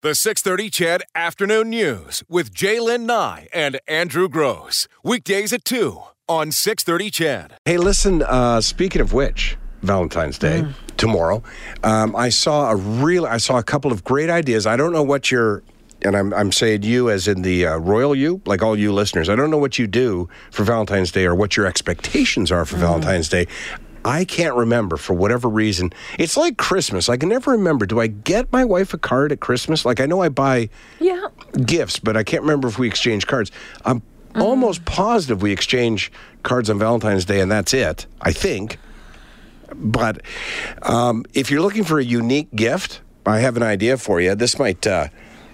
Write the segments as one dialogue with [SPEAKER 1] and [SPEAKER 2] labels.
[SPEAKER 1] The 630 Chad Afternoon News with Jaylen Nye and Andrew Gross. Weekdays at 2 on 630 Chad.
[SPEAKER 2] Hey, listen, uh, speaking of which, Valentine's Day, tomorrow, um, I saw a real, I saw a couple of great ideas. I don't know what your, and I'm, I'm saying you as in the uh, royal you, like all you listeners, I don't know what you do for Valentine's Day or what your expectations are for Valentine's Day. I can't remember for whatever reason. It's like Christmas. I can never remember. Do I get my wife a card at Christmas? Like, I know I buy
[SPEAKER 3] Yeah.
[SPEAKER 2] gifts, but I can't remember if we exchange cards. I'm almost positive we exchange cards on Valentine's Day, and that's it, I think. But um, if you're looking for a unique gift, I have an idea for you. This might, uh,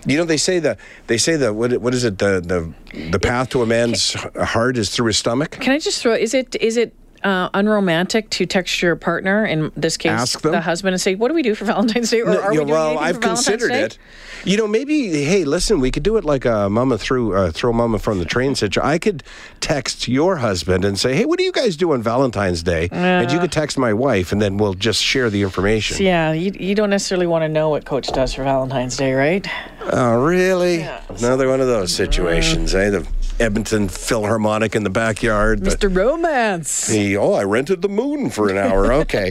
[SPEAKER 2] you know, they say the they say the what what is it the the the path to a man's h- heart is through his stomach.
[SPEAKER 3] Can I just throw? Is it is it uh, unromantic to text your partner in this case,
[SPEAKER 2] Ask them?
[SPEAKER 3] the husband, and say, "What do we do for Valentine's Day?" Or
[SPEAKER 2] No,
[SPEAKER 3] are we
[SPEAKER 2] yeah,
[SPEAKER 3] doing
[SPEAKER 2] well,
[SPEAKER 3] anything
[SPEAKER 2] I've
[SPEAKER 3] for Valentine's
[SPEAKER 2] considered
[SPEAKER 3] Day?
[SPEAKER 2] it. You know, maybe hey, listen, we could do it like a mama threw uh, throw mama from the train situation. I could text your husband and say, hey, what do you guys do on Valentine's Day? And you could text my wife, and then we'll just share the information.
[SPEAKER 3] Yeah, you, you don't necessarily want to know what Coach does for Valentine's Day, right?
[SPEAKER 2] Oh, really? Another one of those situations, eh? The Edmonton Philharmonic in the backyard. but
[SPEAKER 3] Mr. Romance,
[SPEAKER 2] the- oh, I rented the moon for an hour. Okay,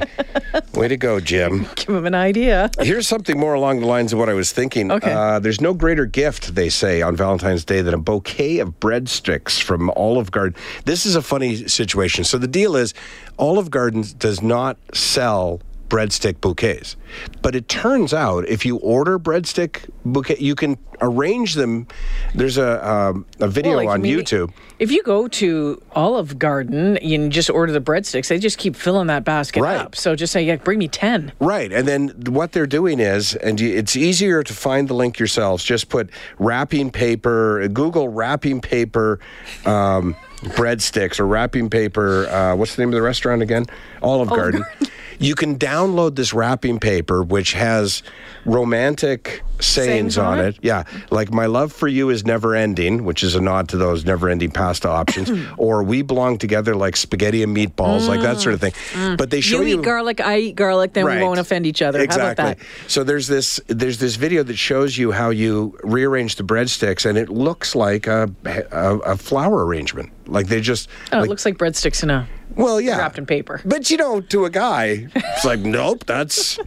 [SPEAKER 2] way to go, Jim.
[SPEAKER 3] give him an idea.
[SPEAKER 2] Here's something more along the lines of what I was thinking.
[SPEAKER 3] Okay.
[SPEAKER 2] Uh, there's no greater gift, they say, on Valentine's Day than a bouquet of breadsticks from Olive Garden. This is a funny situation. So the deal is, Olive Garden does not sell breadstick bouquets. But it turns out if you order breadstick bouquet, you can arrange them. There's a, um, a video
[SPEAKER 3] Well, like,
[SPEAKER 2] on
[SPEAKER 3] maybe-
[SPEAKER 2] YouTube.
[SPEAKER 3] If you go to Olive Garden and just order the breadsticks, they just keep filling that basket
[SPEAKER 2] Right.
[SPEAKER 3] up. So just say, "Yeah, bring me 10.
[SPEAKER 2] Right. And then what they're doing is, and you, it's easier to find the link yourselves. Just put wrapping paper, Google wrapping paper um, breadsticks or wrapping paper. Uh, what's the name of the restaurant again? Olive Garden. You can download this wrapping paper, which has romantic sayings
[SPEAKER 3] Sayings
[SPEAKER 2] on
[SPEAKER 3] on it?
[SPEAKER 2] it. Yeah, like my love for you is never ending, which is a nod to those never ending pasta options, or we belong together like spaghetti and meatballs, like that sort of thing. But they show
[SPEAKER 3] Mm. You
[SPEAKER 2] you
[SPEAKER 3] eat garlic, I eat garlic, then
[SPEAKER 2] Right.
[SPEAKER 3] we won't offend each other.
[SPEAKER 2] Exactly.
[SPEAKER 3] How about that?
[SPEAKER 2] So there's this there's this video that shows you how you rearrange the breadsticks, and it looks like a a, a flower arrangement. Like they just
[SPEAKER 3] Oh,
[SPEAKER 2] like,
[SPEAKER 3] it looks like breadsticks in a
[SPEAKER 2] well, yeah,
[SPEAKER 3] wrapped in paper.
[SPEAKER 2] But you know, to a guy, it's like nope, that's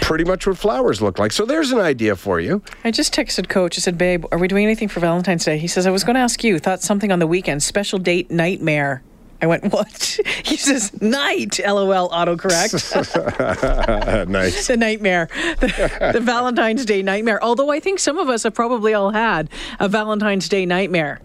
[SPEAKER 2] pretty much what flowers look like. So there's an idea for you.
[SPEAKER 3] I just texted coach. I said, "Babe, are we doing anything for Valentine's Day?" He says, "I was going to ask you. Thought something on the weekend. Special date nightmare." I went, "What?" He says, "Night." LOL. Autocorrect.
[SPEAKER 2] nice.
[SPEAKER 3] it's a nightmare. The, the Valentine's Day nightmare. Although I think some of us have probably all had a Valentine's Day nightmare.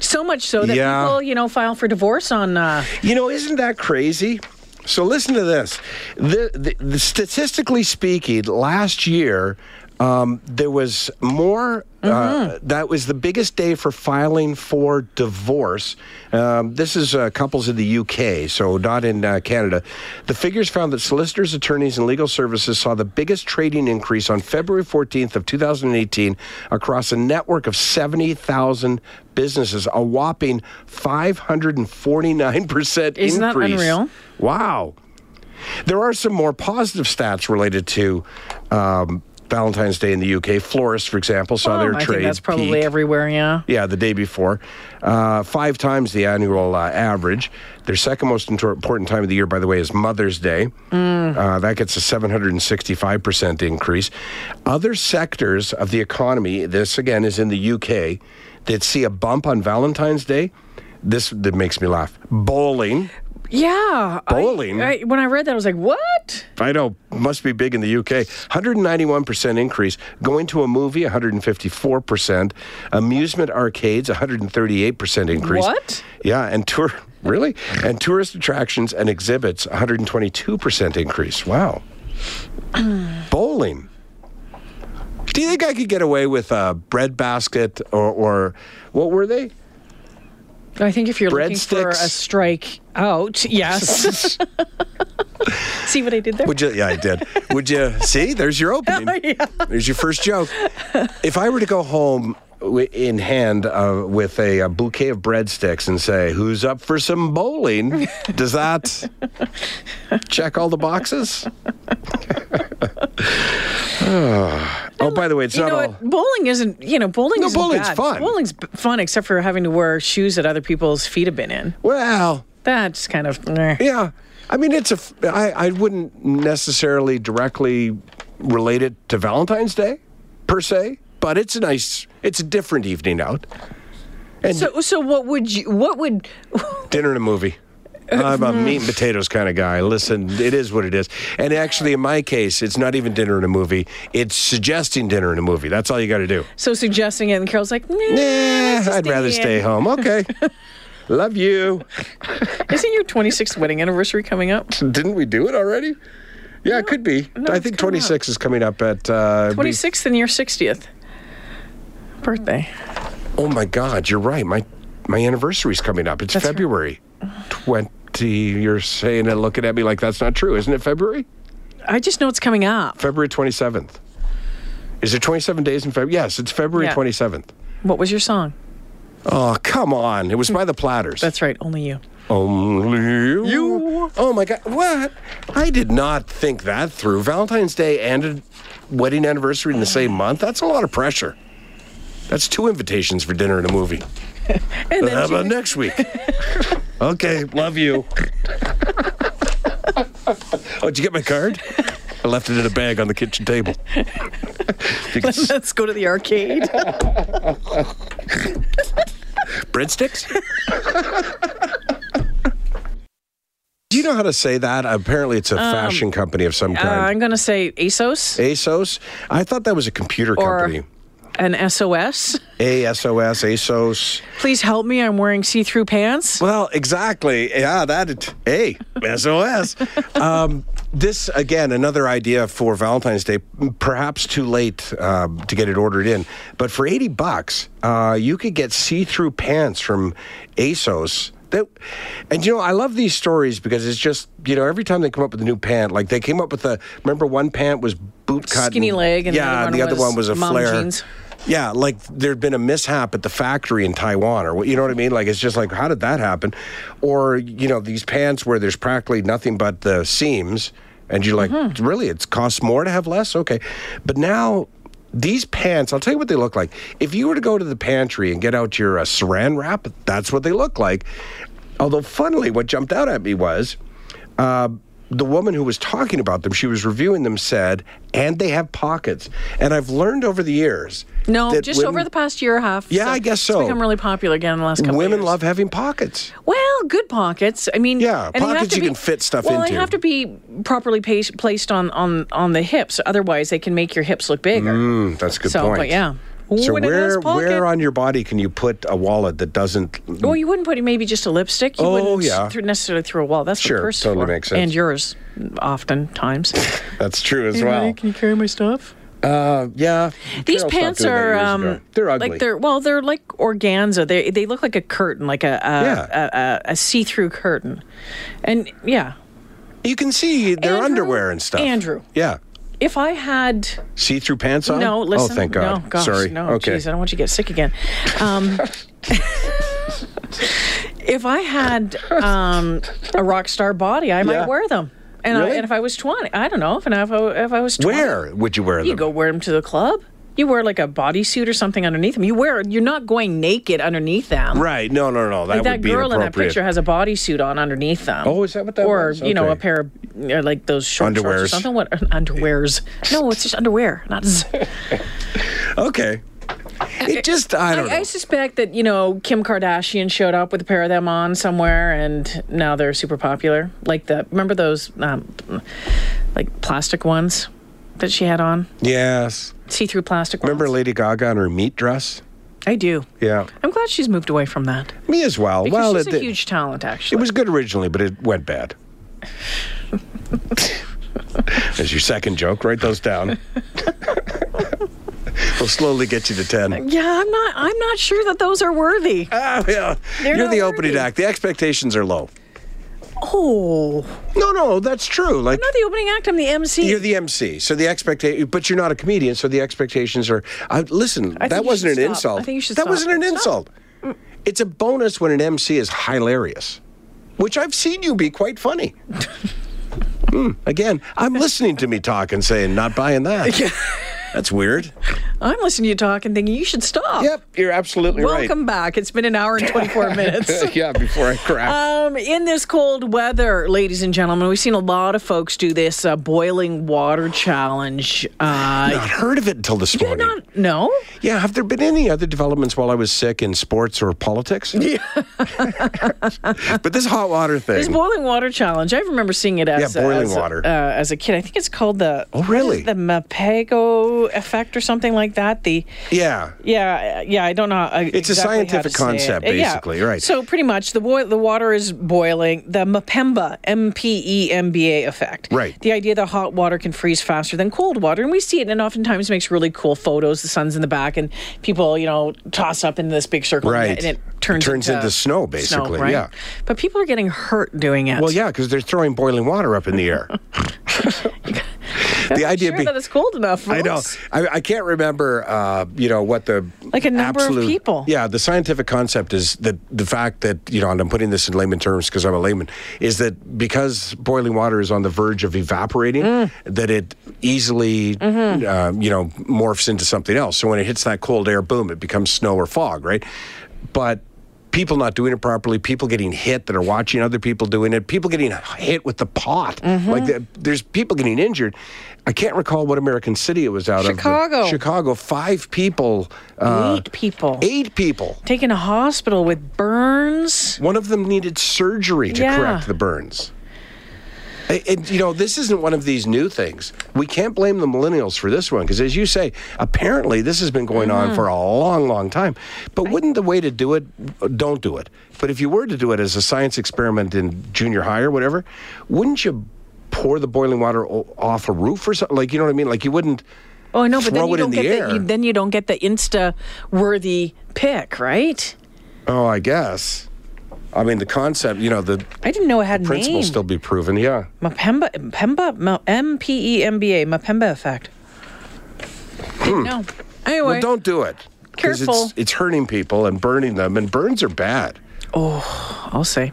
[SPEAKER 3] So much so that
[SPEAKER 2] Yeah.
[SPEAKER 3] people, you know, file for divorce on. Uh,
[SPEAKER 2] You know, isn't that crazy? So listen to this. The, the, the statistically speaking, last year um, there was more. Uh, that was the biggest day for filing for divorce. Um, this is uh, couples in the UK, so not in uh, Canada. The figures found that solicitors, attorneys, and legal services saw the biggest trading increase on February 14th of 2018 across a network of 70,000 businesses, a whopping 549%
[SPEAKER 3] Isn't that
[SPEAKER 2] increase.
[SPEAKER 3] unreal?
[SPEAKER 2] Wow. There are some more positive stats related to um, Valentine's Day in the UK. Florists, for example, saw
[SPEAKER 3] um,
[SPEAKER 2] their
[SPEAKER 3] I
[SPEAKER 2] trade
[SPEAKER 3] think that's probably
[SPEAKER 2] peak.
[SPEAKER 3] everywhere. Yeah.
[SPEAKER 2] Yeah, the day before. Uh, five times the annual uh, average. Their second most intor- important time of the year, by the way, is Mother's Day. Uh, that gets a 765% increase. Other sectors of the economy, this again is in the UK, that see a bump on Valentine's Day. This that makes me laugh. Bowling.
[SPEAKER 3] Yeah. I-
[SPEAKER 2] Bowling?
[SPEAKER 3] I, when I read that, I was like, "What?"
[SPEAKER 2] I know, must be big in the UK. 191% increase. Going to a movie, 154%. Amusement arcades, 138% increase.
[SPEAKER 3] What?
[SPEAKER 2] Yeah, and tour, really? And tourist attractions and exhibits, 122% increase. Wow. Bowling. Do you think I could get away with a bread basket or, or what were they?
[SPEAKER 3] I think if you're looking for a
[SPEAKER 2] Breadsticks.
[SPEAKER 3] strike out, yes. See what I did there?
[SPEAKER 2] Would you? Yeah, I did. Would you? See, there's your
[SPEAKER 3] Oh,
[SPEAKER 2] opening. There's your first joke. If I were to go home wi- in hand uh, with a, uh bouquet of breadsticks and say, "Who's up for some bowling?" Does that check all the boxes? Oh, by the way, it's
[SPEAKER 3] you
[SPEAKER 2] not
[SPEAKER 3] know
[SPEAKER 2] all.
[SPEAKER 3] what? Bowling isn't. You know, bowling.
[SPEAKER 2] No,
[SPEAKER 3] isn't
[SPEAKER 2] bowling's
[SPEAKER 3] bad.
[SPEAKER 2] fun.
[SPEAKER 3] Bowling's b- fun, except for having to wear shoes that other people's feet have been in.
[SPEAKER 2] Well,
[SPEAKER 3] That's kind of. eh.
[SPEAKER 2] yeah. I mean, it's a. f- I, I wouldn't necessarily directly relate it to Valentine's Day, per se, but it's a nice. It's a different evening out. And
[SPEAKER 3] So, so what would you? What would?
[SPEAKER 2] dinner and a movie. I'm
[SPEAKER 3] Mm-hmm.
[SPEAKER 2] a meat and potatoes kind of guy. Listen, it is what it is. And actually, in my case, it's not even dinner and a movie. It's suggesting dinner and a movie. That's all you got to do.
[SPEAKER 3] So suggesting it, and Carol's like, nah,
[SPEAKER 2] Nah,
[SPEAKER 3] let's just
[SPEAKER 2] I'd rather stay
[SPEAKER 3] in."
[SPEAKER 2] home. Okay. Love you.
[SPEAKER 3] Isn't your 26th wedding anniversary coming up?
[SPEAKER 2] Didn't we do it already? Yeah, it could be.
[SPEAKER 3] no,
[SPEAKER 2] I
[SPEAKER 3] it's
[SPEAKER 2] think
[SPEAKER 3] coming
[SPEAKER 2] 26 is coming up at. Uh, be-
[SPEAKER 3] 26th and your 60th birthday.
[SPEAKER 2] oh my God, you're right. My my anniversary's coming up. It's
[SPEAKER 3] right.
[SPEAKER 2] February 20. You're saying and looking at me like that's not true. Isn't it February?
[SPEAKER 3] I just know it's coming up.
[SPEAKER 2] February 27th. Is there 27 days in February? Yes, it's February
[SPEAKER 3] Yeah.
[SPEAKER 2] 27th.
[SPEAKER 3] What was your song?
[SPEAKER 2] Oh, come on. It was by the Platters.
[SPEAKER 3] That's right, only you.
[SPEAKER 2] Only you. Oh my God! What? I did not think that through. Valentine's Day and a wedding anniversary in the same month. That's a lot of pressure. That's two invitations for dinner and a movie.
[SPEAKER 3] And
[SPEAKER 2] How
[SPEAKER 3] then
[SPEAKER 2] about next week? okay, love you. oh, did you get my card? I left it in a bag on the kitchen table. You can s-
[SPEAKER 3] let's go to the arcade.
[SPEAKER 2] Breadsticks? Do you know how to say that? Apparently, it's a fashion company of some
[SPEAKER 3] Uh,
[SPEAKER 2] kind.
[SPEAKER 3] I'm going to say ASOS
[SPEAKER 2] ASOS. I thought that was a computer
[SPEAKER 3] uh, or
[SPEAKER 2] company.
[SPEAKER 3] an SOS.
[SPEAKER 2] ASOS, ASOS.
[SPEAKER 3] Please help me. I'm wearing see through pants.
[SPEAKER 2] Well, exactly. Yeah, that. it- Hey, SOS. um, this again, another idea for Valentine's Day. Perhaps too late um, to get it ordered in, but for eighty bucks, uh, you could get see-through pants from ASOS. That, and you know, I love these stories because it's just you know every time they come up with a new pant, like they came up with a. Remember, one pant was boot cut,
[SPEAKER 3] Skinny leg and the
[SPEAKER 2] yeah,
[SPEAKER 3] other one
[SPEAKER 2] the other
[SPEAKER 3] was
[SPEAKER 2] one was a
[SPEAKER 3] mom
[SPEAKER 2] flare.
[SPEAKER 3] jeans.
[SPEAKER 2] Yeah, like there'd been a mishap at the factory in Taiwan, or what you know what I mean? Like it's just like, how did that happen? Or you know, these pants where there's practically nothing but the seams, and you're like, really, it's costs more to have less. Okay, but now these pants, I'll tell you what they look like. If you were to go to the pantry and get out your uh, Saran wrap, that's what they look like. Although, funnily, what jumped out at me was uh, the woman who was talking about them, she was reviewing them, said, and they have pockets. And I've learned over the years.
[SPEAKER 3] No,
[SPEAKER 2] that
[SPEAKER 3] just
[SPEAKER 2] women-
[SPEAKER 3] over the past year and a half.
[SPEAKER 2] Yeah, I guess so.
[SPEAKER 3] It's become really popular again in the last couple of
[SPEAKER 2] Women
[SPEAKER 3] years.
[SPEAKER 2] love having pockets.
[SPEAKER 3] Well, good pockets. I mean,
[SPEAKER 2] Yeah,
[SPEAKER 3] and have
[SPEAKER 2] pockets
[SPEAKER 3] to
[SPEAKER 2] you
[SPEAKER 3] be-
[SPEAKER 2] can fit stuff
[SPEAKER 3] well,
[SPEAKER 2] into.
[SPEAKER 3] they have to be properly pa- placed on, on on the hips. Otherwise, they can make your hips look bigger.
[SPEAKER 2] Mm, That's a good
[SPEAKER 3] so,
[SPEAKER 2] point.
[SPEAKER 3] but yeah.
[SPEAKER 2] So
[SPEAKER 3] Ooh, and a nice
[SPEAKER 2] where
[SPEAKER 3] pocket.
[SPEAKER 2] where on your body can you put a wallet that doesn't?
[SPEAKER 3] Well, you wouldn't put maybe just a lipstick. You
[SPEAKER 2] Oh,
[SPEAKER 3] wouldn't
[SPEAKER 2] yeah.
[SPEAKER 3] th- necessarily through a wall. That's
[SPEAKER 2] Sure,
[SPEAKER 3] what purse
[SPEAKER 2] totally
[SPEAKER 3] for.
[SPEAKER 2] makes sense.
[SPEAKER 3] And yours, oftentimes.
[SPEAKER 2] That's true as
[SPEAKER 3] Hey,
[SPEAKER 2] well.
[SPEAKER 3] honey, can you carry my stuff?
[SPEAKER 2] Uh, yeah. Carol
[SPEAKER 3] These
[SPEAKER 2] stopped
[SPEAKER 3] pants
[SPEAKER 2] doing that
[SPEAKER 3] are
[SPEAKER 2] years
[SPEAKER 3] um,
[SPEAKER 2] ago. they're ugly.
[SPEAKER 3] Like they're well, they're like organza. They they look like a curtain, like a a,
[SPEAKER 2] Yeah.
[SPEAKER 3] a, a, a see through curtain, and yeah.
[SPEAKER 2] you can see their
[SPEAKER 3] Andrew?
[SPEAKER 2] underwear and stuff.
[SPEAKER 3] Andrew.
[SPEAKER 2] Yeah.
[SPEAKER 3] If I had
[SPEAKER 2] See through pants on.
[SPEAKER 3] No, listen.
[SPEAKER 2] Oh, thank God.
[SPEAKER 3] No, gosh,
[SPEAKER 2] Sorry.
[SPEAKER 3] No,
[SPEAKER 2] okay.
[SPEAKER 3] geez, I don't want you to get sick again. Um, if I had um, a rock star body, I
[SPEAKER 2] Yeah.
[SPEAKER 3] might wear them. And,
[SPEAKER 2] Really?
[SPEAKER 3] I, and if I was 20, I don't know. If, and if, I, if I was 20,
[SPEAKER 2] Where would you wear
[SPEAKER 3] You
[SPEAKER 2] them?
[SPEAKER 3] go wear them to the club. You wear like a bodysuit or something underneath them. You wear. You're not going naked underneath them.
[SPEAKER 2] Right. No, no, no. That
[SPEAKER 3] Like that
[SPEAKER 2] would be
[SPEAKER 3] girl in that
[SPEAKER 2] inappropriate.
[SPEAKER 3] picture has a bodysuit on underneath them.
[SPEAKER 2] Oh, is that what that
[SPEAKER 3] Or
[SPEAKER 2] was?
[SPEAKER 3] you know, a
[SPEAKER 2] Okay.
[SPEAKER 3] pair of or like those short shorts or
[SPEAKER 2] Underwears.
[SPEAKER 3] something. What uh, underwears? No, it's just underwear, not. Z-
[SPEAKER 2] okay. It just I don't know.
[SPEAKER 3] I, I suspect that you know Kim Kardashian showed up with a pair of them on somewhere, and now they're super popular. Like the remember those um, like plastic ones that she had on,
[SPEAKER 2] yes.
[SPEAKER 3] see-through plastic.
[SPEAKER 2] Remember
[SPEAKER 3] ones?
[SPEAKER 2] Lady Gaga in her meat dress?
[SPEAKER 3] I do.
[SPEAKER 2] Yeah.
[SPEAKER 3] I'm glad she's moved away from that.
[SPEAKER 2] Me as well.
[SPEAKER 3] Because
[SPEAKER 2] well,
[SPEAKER 3] she's
[SPEAKER 2] it,
[SPEAKER 3] a huge talent,
[SPEAKER 2] it
[SPEAKER 3] actually.
[SPEAKER 2] was good originally, but it went bad. As your second joke, write those down. we'll slowly get you to 10.
[SPEAKER 3] yeah, I'm not. I'm not sure that those are worthy.
[SPEAKER 2] Ah, yeah.
[SPEAKER 3] They're
[SPEAKER 2] You're
[SPEAKER 3] not
[SPEAKER 2] the opening
[SPEAKER 3] worthy.
[SPEAKER 2] act. The expectations are low.
[SPEAKER 3] Oh,
[SPEAKER 2] No, no, that's true. Like,
[SPEAKER 3] I'm not the opening act. I'm the MC.
[SPEAKER 2] You're the MC, so the expectation, but you're not a comedian, so the expectations are. Uh, listen,
[SPEAKER 3] I think
[SPEAKER 2] that
[SPEAKER 3] you
[SPEAKER 2] wasn't an
[SPEAKER 3] should stop.
[SPEAKER 2] insult.
[SPEAKER 3] I think you should
[SPEAKER 2] that
[SPEAKER 3] stop.
[SPEAKER 2] wasn't an
[SPEAKER 3] Stop.
[SPEAKER 2] insult. It's a bonus when an MC is hilarious, which I've seen you be quite funny. Hmm, Again, I'm listening to me talk and saying, not buying that.
[SPEAKER 4] That's weird.
[SPEAKER 3] I'm listening to you talk and thinking you should stop.
[SPEAKER 2] Yep, you're absolutely right.
[SPEAKER 3] Welcome back. It's been an hour and 24 minutes.
[SPEAKER 2] yeah, before I crack.
[SPEAKER 3] Um, in this cold weather, ladies and gentlemen, we've seen a lot of folks do this uh, boiling water challenge. Uh,
[SPEAKER 2] not heard of it until this
[SPEAKER 3] you're
[SPEAKER 2] morning.
[SPEAKER 3] not, no?
[SPEAKER 2] Yeah, have there been any other developments while I was sick in sports or politics? Yeah. but this hot water thing.
[SPEAKER 3] This boiling water challenge. I remember seeing it as
[SPEAKER 2] Yeah, boiling
[SPEAKER 3] as,
[SPEAKER 2] water.
[SPEAKER 3] Uh, as a kid. I think it's called the
[SPEAKER 2] Oh, really?
[SPEAKER 3] the Mapego effect or something like that. The
[SPEAKER 2] yeah.
[SPEAKER 3] yeah uh, yeah I don't know. uh,
[SPEAKER 2] It's a
[SPEAKER 3] exactly how to
[SPEAKER 2] scientific
[SPEAKER 3] say it.
[SPEAKER 2] concept,
[SPEAKER 3] Uh, yeah.
[SPEAKER 2] basically, right.
[SPEAKER 3] So pretty much the boil the water is boiling. The Mapemba M P E M B A effect.
[SPEAKER 2] Right.
[SPEAKER 3] The idea that hot water can freeze faster than cold water, and we see it, and oftentimes makes really cool photos. The sun's in the back, and people you know toss up in this big circle, and
[SPEAKER 2] Right.
[SPEAKER 3] it- and it
[SPEAKER 2] It
[SPEAKER 3] turns
[SPEAKER 2] turns into snow, basically,
[SPEAKER 3] right?
[SPEAKER 2] yeah.
[SPEAKER 3] But people are getting hurt doing it.
[SPEAKER 2] Well, yeah, because they're throwing boiling water up in the air. the idea
[SPEAKER 3] sure
[SPEAKER 2] be-
[SPEAKER 3] that it's cold enough.
[SPEAKER 2] I know.
[SPEAKER 3] folks.
[SPEAKER 2] I, I can't remember. Uh, you know what the
[SPEAKER 3] Like a number of
[SPEAKER 2] absolute-
[SPEAKER 3] people.
[SPEAKER 2] Yeah, the scientific concept is that the fact that you know, and I'm putting this in layman terms because I'm a layman, is that because boiling water is on the verge of evaporating, that it easily uh, you know morphs into something else. So when it hits that cold air, boom, it becomes snow or fog, right? But people not doing it properly, people getting hit that are watching other people doing it, people getting hit with the pot. Like the, there's people getting injured. I can't recall what American city it was out of.
[SPEAKER 3] Chicago.
[SPEAKER 2] but Chicago. Five people. Uh,
[SPEAKER 3] Eight people
[SPEAKER 2] Eight people.
[SPEAKER 3] taken to hospital with burns.
[SPEAKER 2] One of them needed surgery to
[SPEAKER 3] Yeah.
[SPEAKER 2] correct the burns. I- And, you know, this isn't one of these new things. We can't blame the millennials for this one because, as you say, apparently this has been going on for a
[SPEAKER 3] Mm-hmm.
[SPEAKER 2] long, long time. But wouldn't the way to do it, don't do it. But if you were to do it as a science experiment in junior high or whatever, wouldn't you pour the boiling water o- off a roof or something? Like, you know what I mean? Like, you wouldn't.
[SPEAKER 3] Oh no, but
[SPEAKER 2] Throw
[SPEAKER 3] then you
[SPEAKER 2] it in
[SPEAKER 3] don't
[SPEAKER 2] the
[SPEAKER 3] get
[SPEAKER 2] air.
[SPEAKER 3] the you, then you don't get the insta worthy pick, right?
[SPEAKER 2] Oh, I guess. I mean, the concept, you know, the
[SPEAKER 3] I didn't know it had a name.
[SPEAKER 2] principle still be proven. Yeah.
[SPEAKER 3] Mapemba, Mpemba, M P E M B A, Mapemba effect. Didn't know.
[SPEAKER 2] Hmm. Well,
[SPEAKER 3] Anyway,
[SPEAKER 2] don't do it. 'cause
[SPEAKER 3] Careful.
[SPEAKER 2] It's, it's hurting people and burning them, and burns are bad.
[SPEAKER 3] I'll say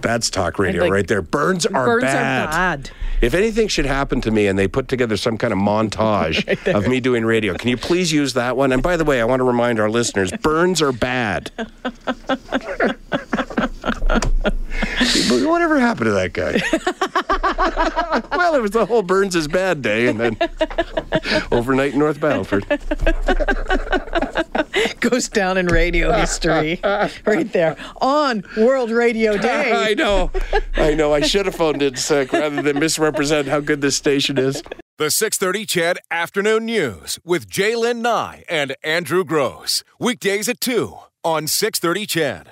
[SPEAKER 2] That's talk radio
[SPEAKER 3] like-
[SPEAKER 2] right there. Burns are
[SPEAKER 3] burns
[SPEAKER 2] bad.
[SPEAKER 3] are bad.
[SPEAKER 2] If anything should happen to me and they put together some kind of montage of me doing radio, can you please use that one? And by the way, I want to remind our listeners burns are bad. People, Whatever happened to that guy? well, it was the whole Burns is bad day, and then overnight in North Battleford.
[SPEAKER 3] Goes down in radio history, right there on World Radio Day.
[SPEAKER 2] I know. I know. I should have phoned in sick rather than misrepresent how good this station is.
[SPEAKER 1] The 630 Chad Afternoon News with Jaylen Nye and Andrew Gross. Weekdays at 2 on 630 Chad.